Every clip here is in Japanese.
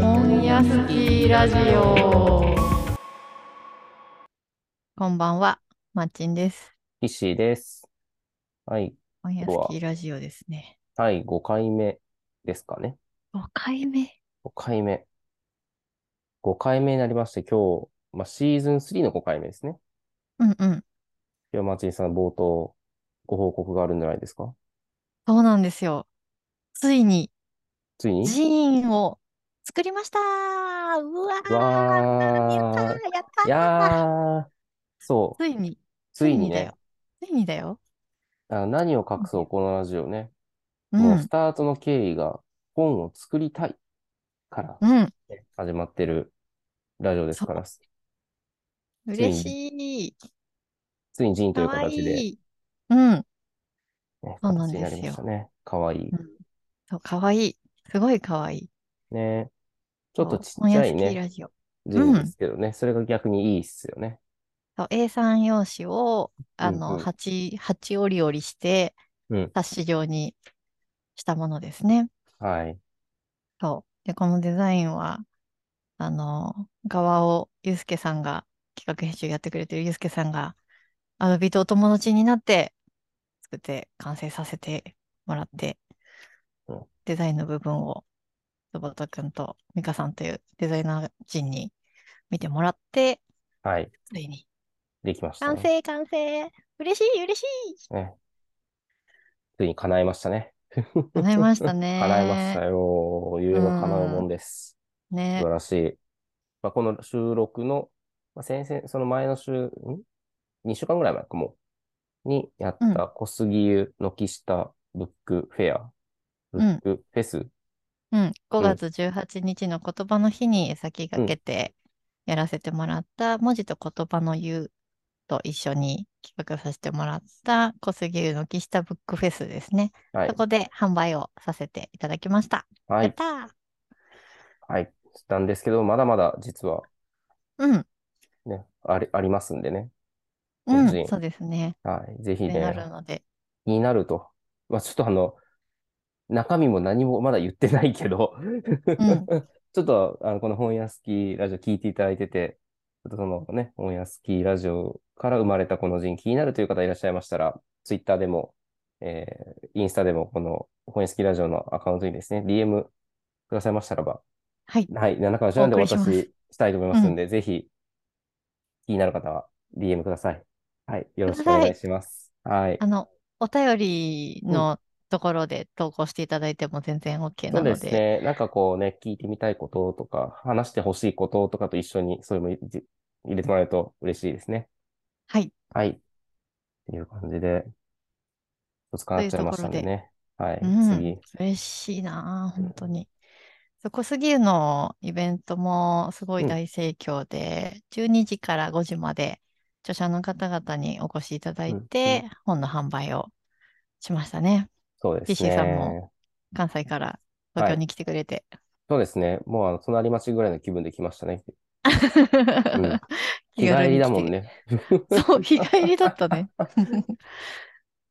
本屋スキーラジオこんばんは、まっちんです。岸です。はい。本屋こんばスんはキーラジオですね。第5回目ですかね。 5回目。 5回目。5回目になりまして、今日、まあ、シーズン3の5回目ですね。うんうん。今日、松井さん、冒頭、ご報告があるんじゃないですかそうなんですよ。ついについに寺院を作りましたうわーやったーわーやったーいやー、そう、ついに、つついいににだよね、。ついにだよ。あ何を隠そう、このラジオね。うもう、スん。タートの経緯が、本を作りたいからうん。ね始まってるラジオですから、つ嬉しい。いに人とかいうわい形で、い。うん。ね、そうなん形になですりまよしたね。かわいい。そう、かわいい。すごいかわいい。ね。ちょっとちそうっちゃい本屋スキーね、ラジオ。字うんですけどね、それが逆にいいっすよね。そう A3 用紙を、あうんうの、ん八、八折り折りしてうん、冊子状にしたものですね。はい。そう。で、このデザインは、あの、側をゆうすけさんが、企画編集やってくれてるゆうすけさんが、アドビとお友達になって、作って完成させてもらってうん、デザインの部分を、ロボットくんとミカさんというデザイナー陣に見てもらって、はい。ついに、できました完ね。成完成嬉しい嬉しいねついに叶えましたね。叶いました ね。叶えましたよ。夢の叶うもんです。素ね晴。らしい。まあ、この収録の、まあ、先々、その前の週、ん ?2 週間ぐらい前かも。にやった小杉湯軒下ブックフェア、ブックフェスうん。5月18日の言葉の日に先駆けてやらせてもらった文字と言葉の言うと一緒に企画させてもらった小杉湯の木下ブックフェスですね。はいそ。こで販売をさせていただきました。はやっい。たーはい。なんですけど、まだまだ実はうん。ね、あり、ありますんでね。う個人ん。そうですね。はい。ぜひでなね、るので。気になると。まあ、ちょっとあの、中身も何もまだ言ってないけど、ん ちょっと、あの、この本屋スキーラジオ聞いていただいてて、ちょっとそのね、本屋スキーラジオから生まれたこの人気になるという方いらっしゃいましたら、ツイッターでも、えーインスタでも、この本屋スキーラジオのアカウントにですね、DM くださいましたらば、はい。はい、7からなんでお送りします私したいと思いますんで、ぜひ、気になる方は DM ください。はい、よろしくお願いします。はいあ。の、お便りのところで投稿していただいても全然 OK そなうのですで。ね。なんかこうね、聞いてみたいこととか、話してほしいこととかと一緒に、それもいじ入れてもらえると嬉しいですね。はい。はい。っていう感じで、ぶつかなっちゃいましたんでね。はい。うん次。嬉しいなあ、うん本当に。そこすぎるのイベントもすごういん大盛況で、12時から5時まで著者の方々にお越しいただいて、本の販売をしましたね。そうです PC さんねも。関西から東京に来てくれて。そうですね。もうあの、隣町ぐらいの気分で来ましたね。気軽に来ん日帰りてだもんね。 そう、日帰りだったね。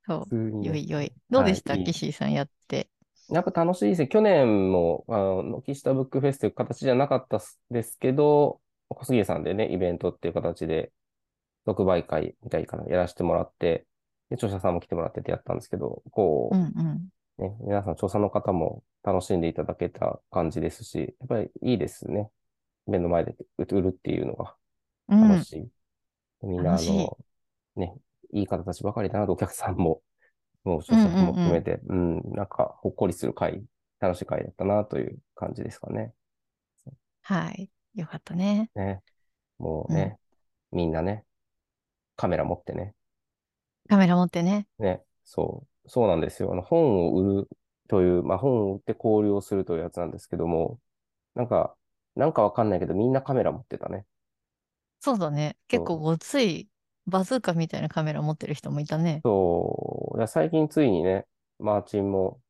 そ 普通にう、ねよいよい。どうでした、はいいいキシーさんやって。やっぱ楽しいですね。去年も、あの、軒下ブックフェスという形じゃなかったっすですけど、小杉さんでね、イベントっていう形で、特売会みたいかな、やらせてもらって、で、著者さんも来てもらっててやったんですけど、こうんうん。う、ね、皆さん、著者の方も楽しんでいただけた感じですし、やっぱりいいですね。目の前で売るっていうのがうん、楽しい。みんな、あ楽しいの、ね、いい方たちばかりだなと、お客さんも、もう、著者さんも含めて、うん、なんか、ほっこりする回、楽しい回だったな、という感じですかね。はい。よかったね。ね。もうね、みんなね、カメラ持ってね、カメラ持ってね。ね、そう、そうなんですよ。あの、本を売るという、まあ、本を売って交流をするというやつなんですけども、なんか、なんかわかんないけど、みんなカメラ持ってたね。そうだね。そう結構ごつい、バズーカみたいなカメラ持ってる人もいたね。そう、いや最近ついにね、マーチンも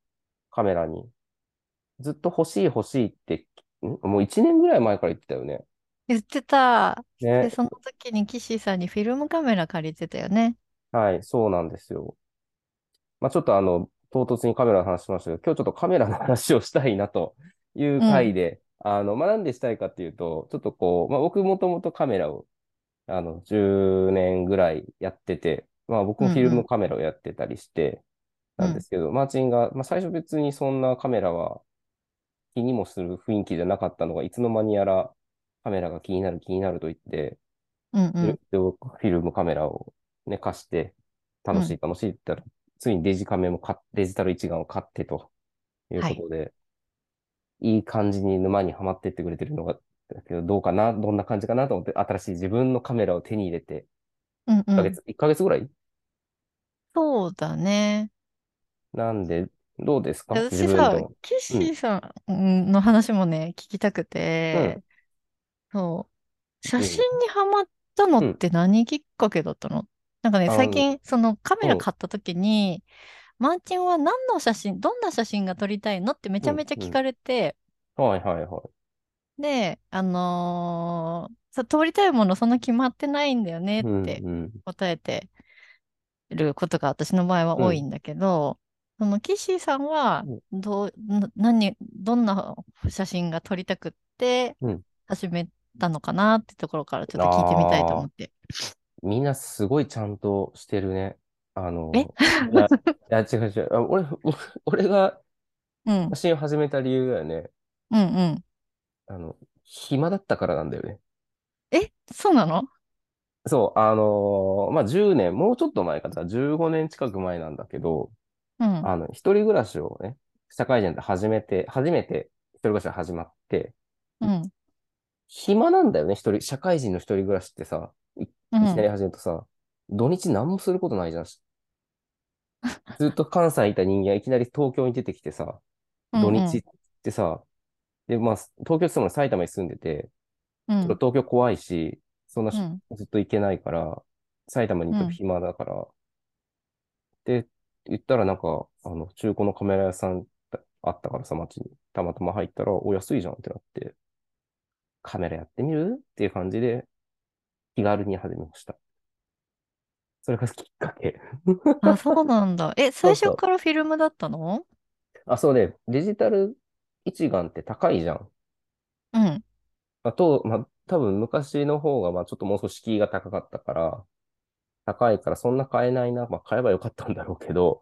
カメラに、ずっと欲しい欲しいって、んもう1年ぐらい前から言ってたよね。言ってた。ねで、、その時にキシーさんにフィルムカメラ借りてたよね。はい、そうなんですよ。まあ、ちょっとあの、唐突にカメラの話しましたけど、今日ちょっとカメラの話をしたいなというう回ん。で、あの、まあ、なんでしたいかっていうと、ちょっとこう、まあ、僕もともとカメラを、あの、10年ぐらいやってて、まあ、僕うもんフィうルムん。カメラをやってたりして、うなんでん。すけど、マーチンが、まあ、最初別にそんなカメラは気にもする雰囲気じゃなかったのが、いつの間にやらカメラが気になる気になると言って、うんうフィん。ルフィルムカメラをね、貸して、う楽しん。い楽しいって言ったら、ついにデジカメも買っデジタル一眼を買ってというはこい。とで、いい感じに沼にはまってってくれてるのが、だけどどうかな、どんな感じかなと思って、新しい自分のカメラを手に入れて、うん1うヶん。月、1ヶ月ぐらいそうだね。なんで、どうですか自私分さ、の。キッうシん、ーさんの話もね、聞きたくうん、て、そう。写いい真ね。にハマったのっうん、て何きっかけだったのなんかね、あ最の、近、そのカメうラん、買った時に、マーチンは何の写真、どんな写真が撮りたいのってめちうゃん、めちゃう聞ん。かれて、はい、はい、はい。で、あのーさ撮りたいものそんな決まってないんだよねっうてん、答えてることが私の場合はう多いん、んだけど、そのキッシーさんはうん、どう、な何、どんな写真が撮りたくってうん。始めたのかなってところからちょっと聞いてみたいとあ思あ。って。みんなすごいちゃんとしてるね。あえの、いや、いや違う違う。あ俺、 俺俺がうん、写真を始めた理由だよね。うん、うん。あの、暇だったからなんだよね。え、そうなのそう、あのーまあ、10年、もうちょっと前かな、15年近く前なんだけど、うん、あの、一人暮らしをね、社会人で始めて、初めて一人暮らしが始まって、うん、暇なんだよね、一人、社会人の一人暮らしってさ、い、う。いきなんり始めるとさ、土日何もすることないじゃん。ずっと関西にいた人間がいきなり東京に出てきてさ、う土んう日ん、ってさ、で、まあ、東京って言っても埼玉に住んでて、うちょっん、と東京怖いし、そんなうしん、ずっと行けないから、埼玉にいうてもん、暇だから、で、言ったらなんか、あの、中古のカメラ屋さんあったからさ、街に。たまたま入ったら、お、安いじゃんってなって、カメラやってみるっていう感じで、気軽に始めました。それがきっかけ。あ、そうなんだ。え、そ最うそ初う。からフィルムだったのあ、そうで、デジタル一眼って高いじゃん。うん、まあ、と、まあ、多分昔の方が、まあ、ちょっともう少し敷居が高かったから、高いからそんな買えないな、まあ、買えばよかったんだろうけど、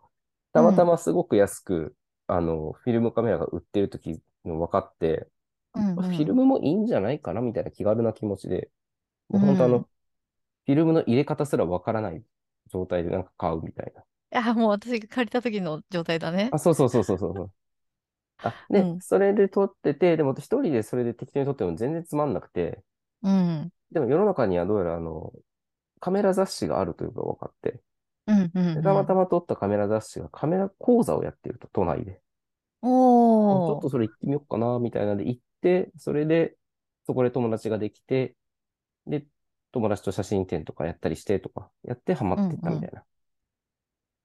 うたまたん、ますごく安く、あの、フィルムカメラが売ってる時の分かって、うまあフん、ィうルん、ムもいいんじゃないかなみたいな気軽な気持ちで、うもう本当あの、ん。フィルムの入れ方すら分からない状態でなんか買うみたいな。あ、もう私が借りた時の状態だね。あ、そうそうそうそうそうそう。あ、うで、ん、それで撮ってて、でも一人でそれで適当に撮っても全然つまんなくて、うん、でも世の中にはどうやらあの、カメラ雑誌があるというか分かって、うん、うでん、たうまたん。ま撮ったカメラ雑誌がカメラ講座をやってると、都内で。あちょっおー、とそれ行ってみようかな、みたいなんで行って、それで、そこで友達ができて、で、友達と写真展とかやったりしてとか、やってハマうっん、てったうみたん、いな。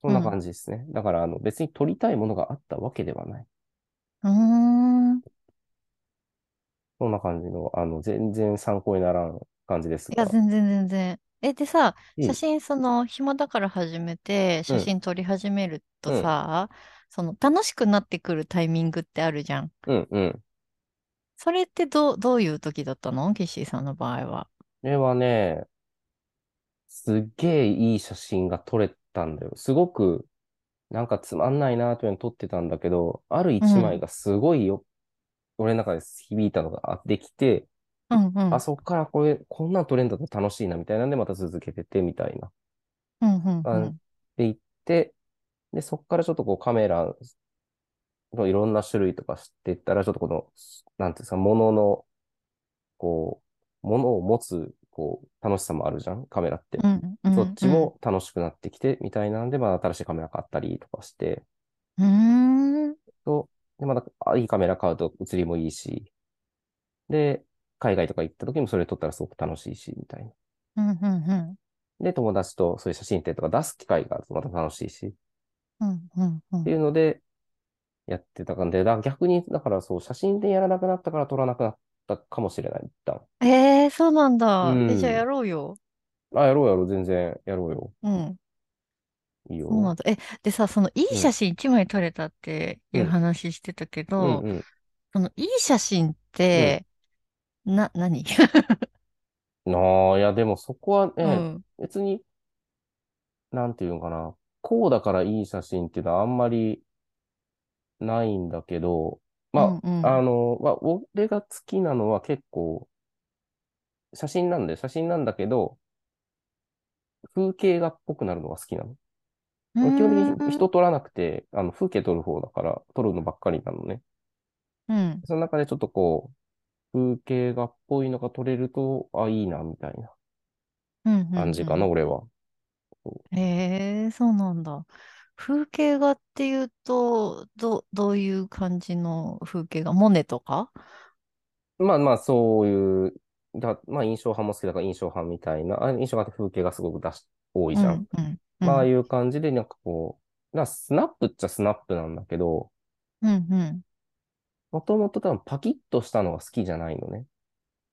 そんう。なん感じですね。だから、あの、別に撮りたいものがあったわけではない。うーん。そんな感じの、あの、全然参考にならん感じですいや、が。全然全然。え、でさ、う写ん、真、その、暇だから始めて、う写ん、真撮り始めるとうん、さ、その、楽しくなってくるタイミングってあるじゃん。うん、うん。それってどう、どういう時だったのキッシーさんの場合は。これはね、すっげえいい写真が撮れたんだよ。すごく、なんかつまんないなーというのを撮ってたんだけど、あるう一枚ん、がすごいよ、俺の中で響いたのがあできて、うん、うあ、ん、そっからこれ、こんなん撮れんだったら楽しいな、みたいなんで、また続けてて、みたいなうん、うん、う感ん、じでいって、で、そっからちょっとこうカメラのいろんな種類とか知っていったら、ちょっとこの、なんていうんですか、ものの、こう、ものを持つ、こう、楽しさもあるじゃん、カメラって。うん、うそっん、ちうん。も楽しくなってきて、みたいなんで、まあ、新しいカメラ買ったりとかして、うーん、と、で、また、あいいカメラ買うと写りもいいし、で、海外とか行った時もそれ撮ったらすごく楽しいし、みたいうな。ん、うん、うん、で、友達とそういう写真展とか出す機会があるとまた楽しいし、っうん、うん、うてん。いうのでやってた感じで、だ逆に、だからそう、写真でやらなくなったから撮らなくなったかもしれない、一旦。えー、そうなんうだ。え、じゃあやん。ろうよ。あ、やろうやろう、全然やろうよ。うん。いいよ。そうなんだ。え、でさ、そのいいうん写真一枚撮れたっていううん話してたけうんど、うん。そのいい写真って、な、何ああ、いや、でもそこはうね、ん。別に、なんていうのかな。こうだからいい写真っていうのはあんまりないんだけど、まうんうんあ、あの、まあ、俺が好きなのは結構、写真なんで、写真なんだけど、風景画っぽくなるのが好きなの。う俺基本的ーにん人撮らなくて、あの、風景撮る方だから、撮るのばっかりなのね。うん。その中でちょっとこう、風景画っぽいのが撮れると、あ、いいな、みたいなうんうん感じかうんな、俺は。へえ、そうなんだ。風景画っていうと、ど、どういう感じの風景画モネとかまあまあ、そういう、だ、まあ、印象派も好きだから印象派みたいな、あ、印象派って風景がすごく出し、多いじゃん。うん、うん、まあ、ああういん、う感じで、なんかこう、なスナップっちゃスナップなんだけど、うん、うん。もともと多分パキッとしたのが好きじゃないのね。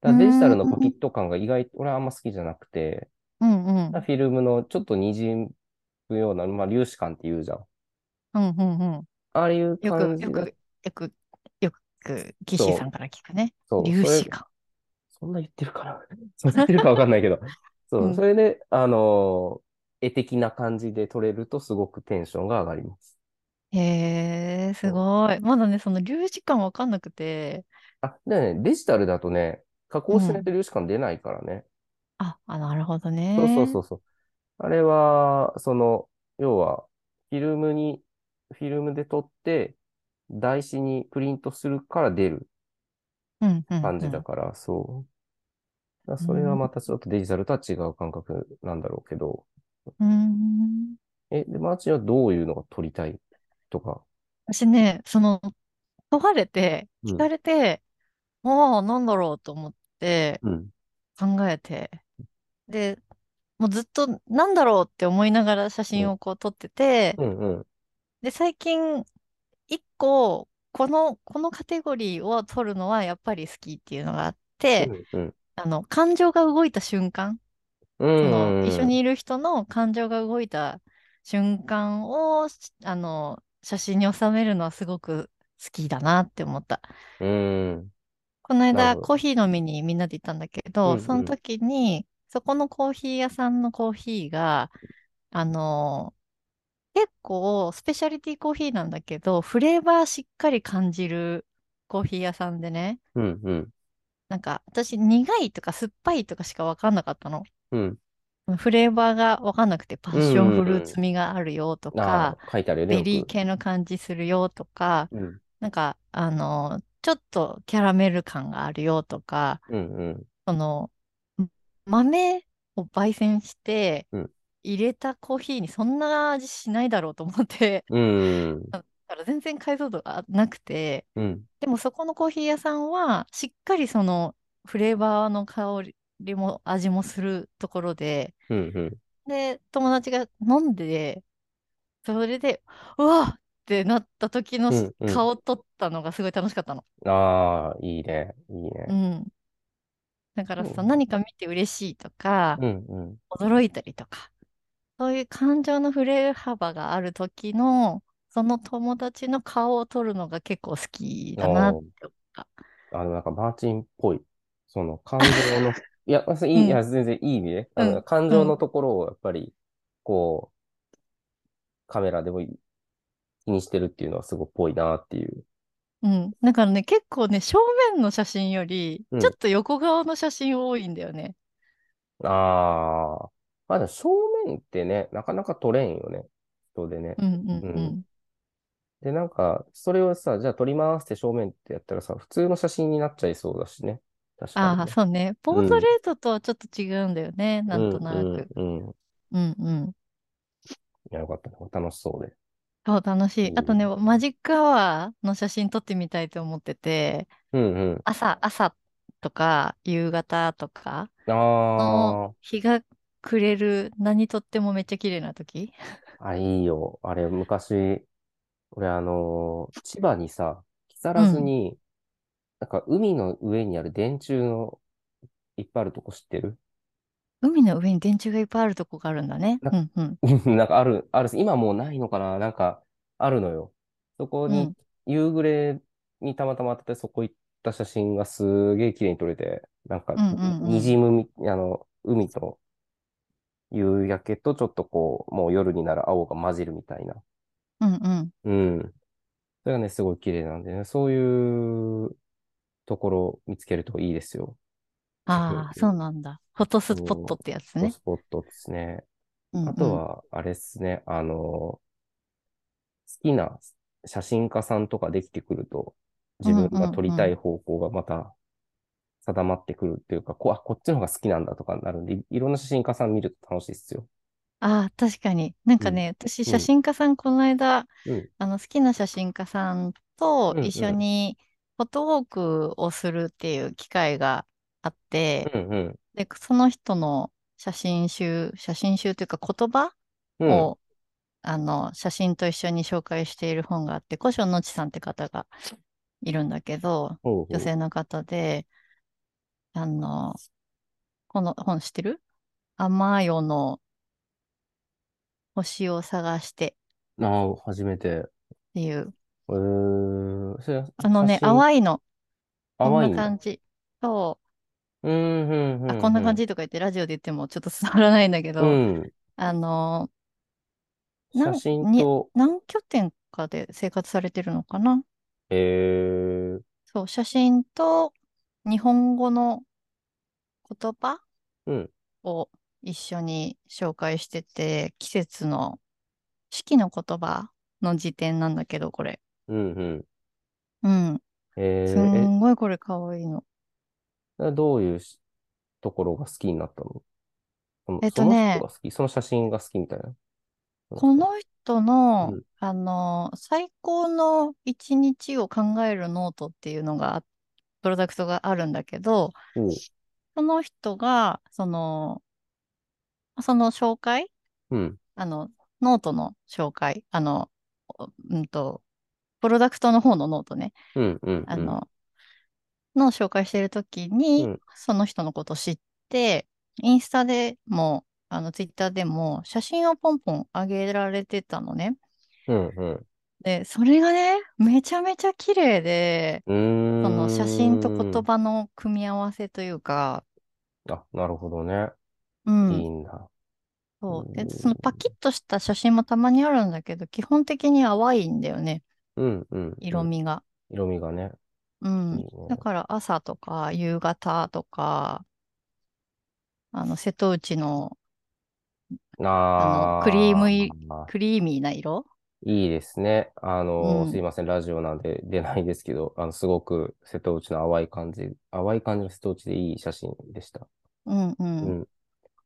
だからデジタルのパキッと感が意外、俺はあんま好きじゃなくて、うん、うん、フィルムのちょっと滲むような、まあ、粒子感って言うじゃん。うん、うん、うん。ああいうよ感く、じよだく、よく、よく、技師さんから聞くね。そう、粒それ子か。そんな言ってるかな そんな言ってるかわかんない けど。そう、うんそれで、あのー絵的な感じで撮れるとすごくテンションが上がります。へえ、すごい。まだね、その粒子感わかんなくて、あ、でね、デジタルだとね、加工しないと粒子感出ないからね。あ、あ、なるほどそうそうね。そうそう。あれは、その、要は、フィルムに、フィルムで撮って、台紙にプリントするから出るうん、うん、感じだうん。から、そう。だからそれはまたちょっとデジタルとは違う感覚なんだろうけど。うーん。え、で、マーチンはどういうのが撮りたいとか。私ね、その、問われて、うん聞かれて、もうなんだろうと思ってうん。考えて、で、もうずっとなんだろうって思いながら写真をこう撮っててう、んうん。で、最近、一個、この、このカテゴリーを撮るのはやっぱり好きっていうのがあっうて、んうん。あの、感情が動いた瞬間、そうの、ん。一緒にいる人の感情が動いた瞬間を、あの、写真に収めるのはすごく好きだなって思った。うん。このなる間ほどコーヒー飲みにみんなで行ったんだけど、うんその時に、そこのコーヒー屋さんのコーヒーが、あのー結構スペシャリティコーヒーなんだけど、フレーバーしっかり感じるコーヒー屋さんでね、うんうん。なんか私苦いとか酸っぱいとかしかわかんなかったの。うん。フレーバーがわかんなくて、パッションフルーツ味があるよとあか、あ、書いてあるよね。ベリーよく系の感じするよとか、うん。なんか、あのーちょっとキャラメル感があるよとか、うんうん。その、ん豆を焙煎してうん、入れたコーヒーにそんな味しないだろうと思って、うん。だから全然解像度がなくて、うん。でもそこのコーヒー屋さんは、しっかりそのフレーバーの香りも味もするところで、うんうん。で、友達が飲んで、それで、うわっってなった時のうんうん顔を撮ったのがすごい楽しかったの。ああ、いいね。いいうね。ん。だからそさ、う何か見て嬉しいとか、うんうん。驚いたりとか、そういう感情の振れ幅がある時の、その友達の顔を撮るのが結構好きだなって思った。あの、なんかマーチンっぽい。その感 情の、いや、それいい、いや、全然いい意味ね。あうの、ん感情のところをやっぱり、こう、カメラでも気にしてるっていうのはすごいっぽいなっていう。うん。だからね、結構ね、正面の写真よりう、んちょっと横顔の写真多いんだよね。ああ。まあでも正面ってね、なかなか取れんよね。人でね。うんうんうん。で、なんか、それをさ、じゃあ撮りますって正面ってやったらさ、普通の写真になっちゃいそうだしね。確かにああ、ね。そうね。ポートレートとはちょっと違うんだよね、なんとなく。うん、うん、ううん。いんうん。や、よかったね。楽しそうで。そう、楽しい。あとね、うんマジックアワーの写真撮ってみたいと思ってて、うん、うん。朝、朝とか、夕方とか、あ日が暮れる、何とってもめっちゃ綺麗な時。あ、あ、いいよ。あれ、昔、俺、あのー千葉にさ、木更津に、なんか海の上にある電柱のいっぱいあるとこ知ってる海の上に電柱がいっぱいあるとこがあるんだね。なうんうん。 なんかある、あるっす、今もうないのかななんか、あるのよ。そこうに、ん。夕暮れにたまたま当てて、そこ行った写真がすげえ綺麗に撮れて、なんか、うんうんうにん。じむみ、あの、海と夕焼けと、ちょっとこう、もう夜になる青が混じるみたいな。うんうん。うん。それがね、すごい綺麗なんでね、そういうところを見つけるといいですよ。すごい。ああ、そうなんだ。フォトスポットっそうてやつフォトね。スポットですね。うんあうとん。は、あれですね、あの、好きな写真家さんとかできてくると、う自ん分うがん撮うりたいん。方向がまた定まってくるっていうか、こ、あ、こっちの方が好きなんだとかになるんで、いいろんな写真家さん見ると楽しいっすよ。ああ、確かに。なんうかん、ね、私、う写ん、真家さん、この間、うん、あの、好きな写真家さんとうん、一うん、緒うん、に、フォトウォークをするっていう機会があって、うん、で、その人の写真集、写真集というか言葉うん、を、あの、写真と一緒に紹介している本があって、古書のちさんって方がいるんだけど、ほう女ほ性の方で、あの、この本知ってる甘よの星を探してっう。ああ、初めて。ていう、えー、それはあの写ね、真、淡いの、こん淡ないんだ。感じ。そう、うん、うん、あ、こんうな感ん、じとか言ってラジオで言ってもちょっと伝わらないんだけうど、ん。うん。あの、写なん真に、と、何拠点かで生活されてるのかなえー、そう、写真と日本語の言葉うん、を一緒に紹介してて、季節の四季の言葉の辞典なんだけど、これ。うん、うん。うん。えすー、え、んごいこれかわいいの。どういうしところが好きになったのその、えっそとの人ね、が好き、その写真が好きみたいな。そのこの人。人うの、ん。あの、最高の一日を考えるノートっていうのが、プロダクトがあるんだけど、おう。その人が、その、その紹介うん。あの、ノートの紹介、あの、おうんと、プロダクトの方のノートね、うん、うん、あうん。の、の紹介してるときうに、ん。その人のこと知って、インスタでも、あの、ツイッターでも、写真をポンポン上げられてたのね。うん、うで、それがね、めちゃめちゃ綺麗で、その写真とん。うー言ん。葉の組み合わせというか、あ、なるほどね。ういん、いんだ。うそう。で、そのパキッん、とした写真もたまにあるんだけど、基本的に淡いんだよね、うん、うん、う色ん。味が。色味がね、ういいん。ね。だから朝とか夕方とか、あの、瀬戸内の、あの、クリーあムい、クリーミーな色ー、いいですね。あうの、すいん。ません、ラジオなんで出ないですけど、 あの、すごく瀬戸内の淡い感じ、淡い感じの瀬戸内でいい写真でした。うんう。うんん。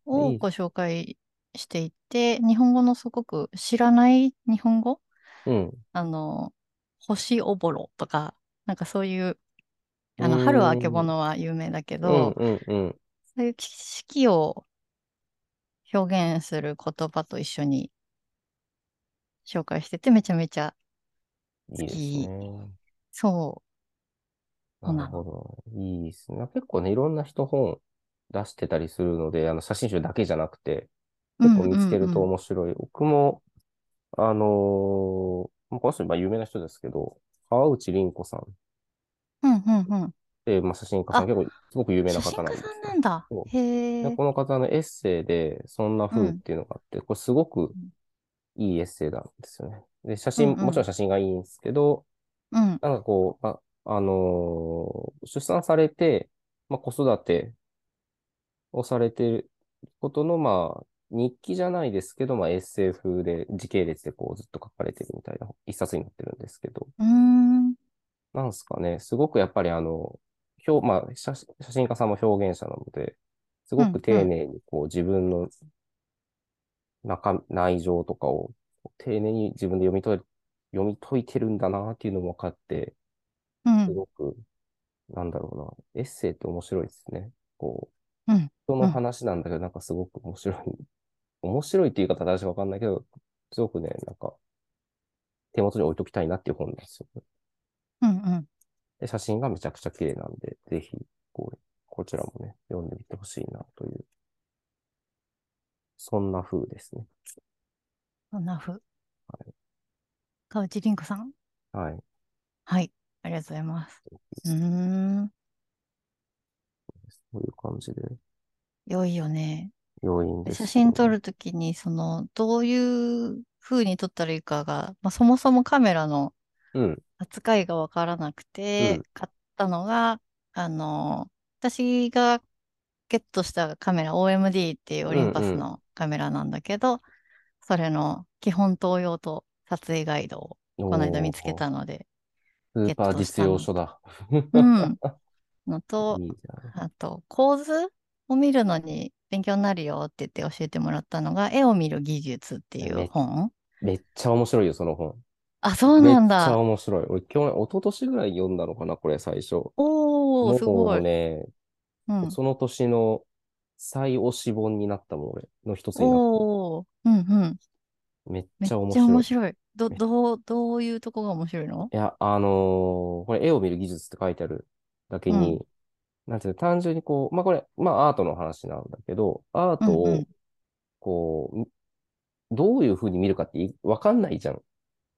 をいい。ご紹介していて、日本語のすごく知らない日本語うん。あの、星おぼろとか、なんかそういう、うあの、春はあけーぼん。のは有名だけうんど、うんうん。そういう四季を表現する言葉と一緒に紹介してて、めちゃめちゃ好いいですき。ね。そう、そうなるなの。ほど。いいですね。結構ね、いろんな人本出してたりするので、あの写真集だけじゃなくて、う結構んう見つけんるうとん。面白い。僕も、あのーまあこの人、まあ、有名な人ですけど、川内凛子さんっうんうんうん。て、まあ、写真家さん、あ、結構、すごく有名な写真方な家んでさんすなよ。んだ。そう。で、へえ。この方のエッセイで、そんなう風っん。ていうのがあって、これすごくいいエッセイなんですよね。で、写うん真、うもちろんん。写真がいいんですけど、うん。なんかこう、あ、あのー出産されて、まあ、子育てをされてることの、まあ、日記じゃないですけど、まあ、エッセイ風で、時系列でこう、ずっと書かれてるみたいな一冊になってるんですけど、うん。うーんなんですかね、すごくやっぱりあの、表、まあ、写、写真家さんも表現者なので、すうごくんう丁ん。寧にこう、自分の中、内情とかを、丁寧に自分で読み解い、読み解いてるんだなっていうのも分かって、うすん。ごく、なんだろうな、エッセイって面白いですね。こう、うん。人うのん。話なんだけど、なんかすごく面白い。面白いっていう言い方正しいかわかんないけど、すごくね、なんか手元に置いときたいなっていう本なんですよね。うんうん。で、写真がめちゃくちゃ綺麗なんで、ぜひ、こう、こちらもね、読んでみてほしいなという。そんな風ですね。そんなふう。川内凛子さんはい。はい。ありがとうございます。うーん。そういう感じで、良いよね。要因でです。写真撮。るときに、その、どういう風に撮ったらいいかが、まあ、そもそもカメラのうん。扱いがわからなくて、うん買ったのが、あの、私がゲットしたカメラ OMD っていうオリンパうんうスんのカメラなんだけど、それの基本東用と撮影ガイドをここの間見つけ。たので、スーパー実用書だ。うん。のと、いいじゃん。あと構図を見るのに勉強になるよって言って教えてもらったのが、絵を見る技術っていう本。めっちゃ面白いよ、その本。あ、そうなんめっちゃだ。面白い。俺、去年、一昨年ぐらい読んだのかな、これ、最初。おもー、すごうい。ね、うん。その年の最推し本になったもん、俺、の一つになっおー、うんうん。た。めっめっちちゃゃ面白い。面白い。ど、めっどう、どういうとこが面白いのいや、あのーこれ、絵を見る技術って書いてあるだけに、なんていうの、単純にこう、まあこれ、まあアートの話なんだけど、アートうんうをん、こう、どういうふうに見るかっていわかんないじゃん。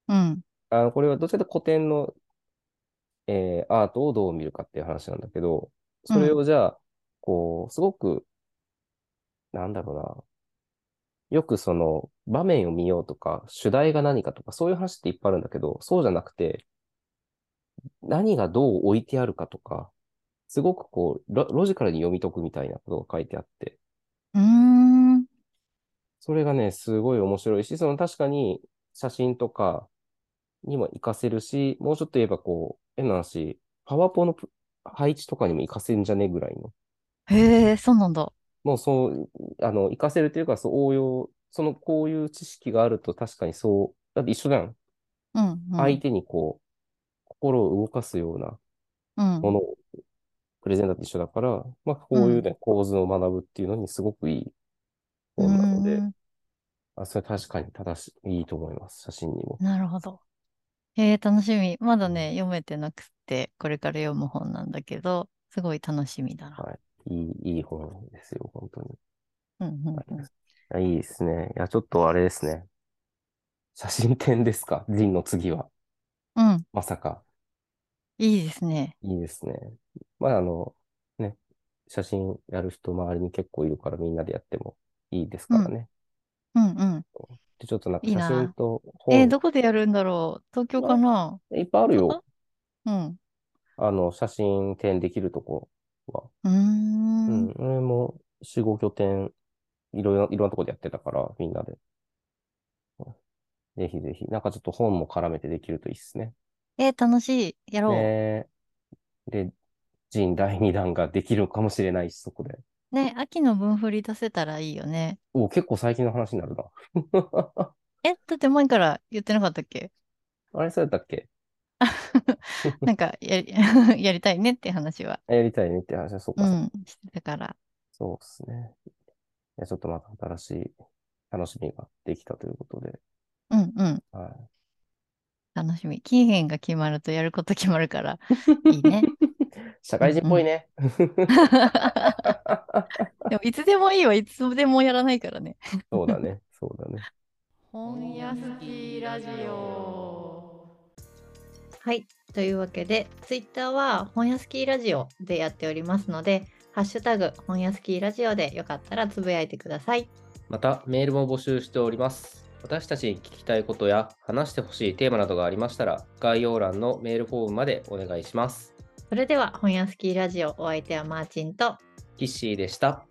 うん。あの、これはどっちかというと古典の、えーアートをどう見るかっていう話なんだけど、それをじゃあ、こう、すごく、なんだろうな。よくその、場面を見ようとか、主題が何かとか、そういう話っていっぱいあるんだけど、そうじゃなくて、何がどう置いてあるかとか、すごくこう、ロ、ロジカルに読み解くみたいなことが書いてあって、うーん。それがね、すごい面白いし、その確かに写真とかにも活かせるし、もうちょっと言えばこう、変な話、パワポのプ配置とかにも活かせんじゃねぐらいの。へえ、そうなんだ。もうそう、あの、活かせるというか、そう応用、そのこういう知識があると確かにそう、だって一緒じゃん。うん、うん。相手にこう、心を動かすようなうん。ものを、プレゼンだって一緒だから、まあこういうね、構図を学ぶっていうのにすごくいい本なのうでー、んあ、それ確かに正しい、いいと思います。写真にも。なるほど。へえ、楽しみ。まだね、読めてなくて、これから読む本なんだけど、すごい楽しみだな。いい、いい本ですよ、本当に。うん、うん、うん。いやいいですね。いや、ちょっとあれですね。写真展ですかリンの次は。うん、まさか。いいですね。いいですね。まあ、あの、ね、写真やる人周りに結構いるからみんなでやってもいいですからね。うん、うん。で、ちょっとなんかいい写な真と本、えーどこでやるんだろう東京かないっぱいあるよ。うん。あの、写真展できるとこは。うー。うんん。俺も4、5拠点、いろいろ、いろんなとこでやってたから、みんなで。ぜひぜひ。なんかちょっと本も絡めてできるといいですね。えー楽しい。やろう。ねえで、ジン第2弾ができるかもしれないし、そこで。ね、秋の分振り出せたらいいよね。お、結構最近の話になるな。 え、だって前から言ってなかったっけあれ、そうやったっけなんかやり、 やりたいねって話は、やりたいねって話は、そううか、そうかん、してたから。そうですね。いや、ちょっとまた新しい楽しみができたということで。うんうん、はい。楽しみ。期限が決まるとやること決まるから、いい ね。 社会人っぽいね。でも、いつでもいいわ、いつでもやらないからね。 そうだね。そうだね。本屋好きラジオ。はい、というわけで、ツイッターは本屋好きラジオでやっておりますので、ハッシュタグ本屋好きラジオでよかったらつぶやいてください。また、メールも募集しております。私たちに聞きたいことや話してほしいテーマなどがありましたら、概要欄のメールフォームまでお願いします。それでは本屋スキーラジオお相手はマーチンとキッシーでした。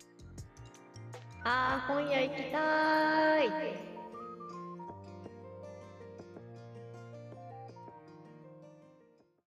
あー本屋行きたーい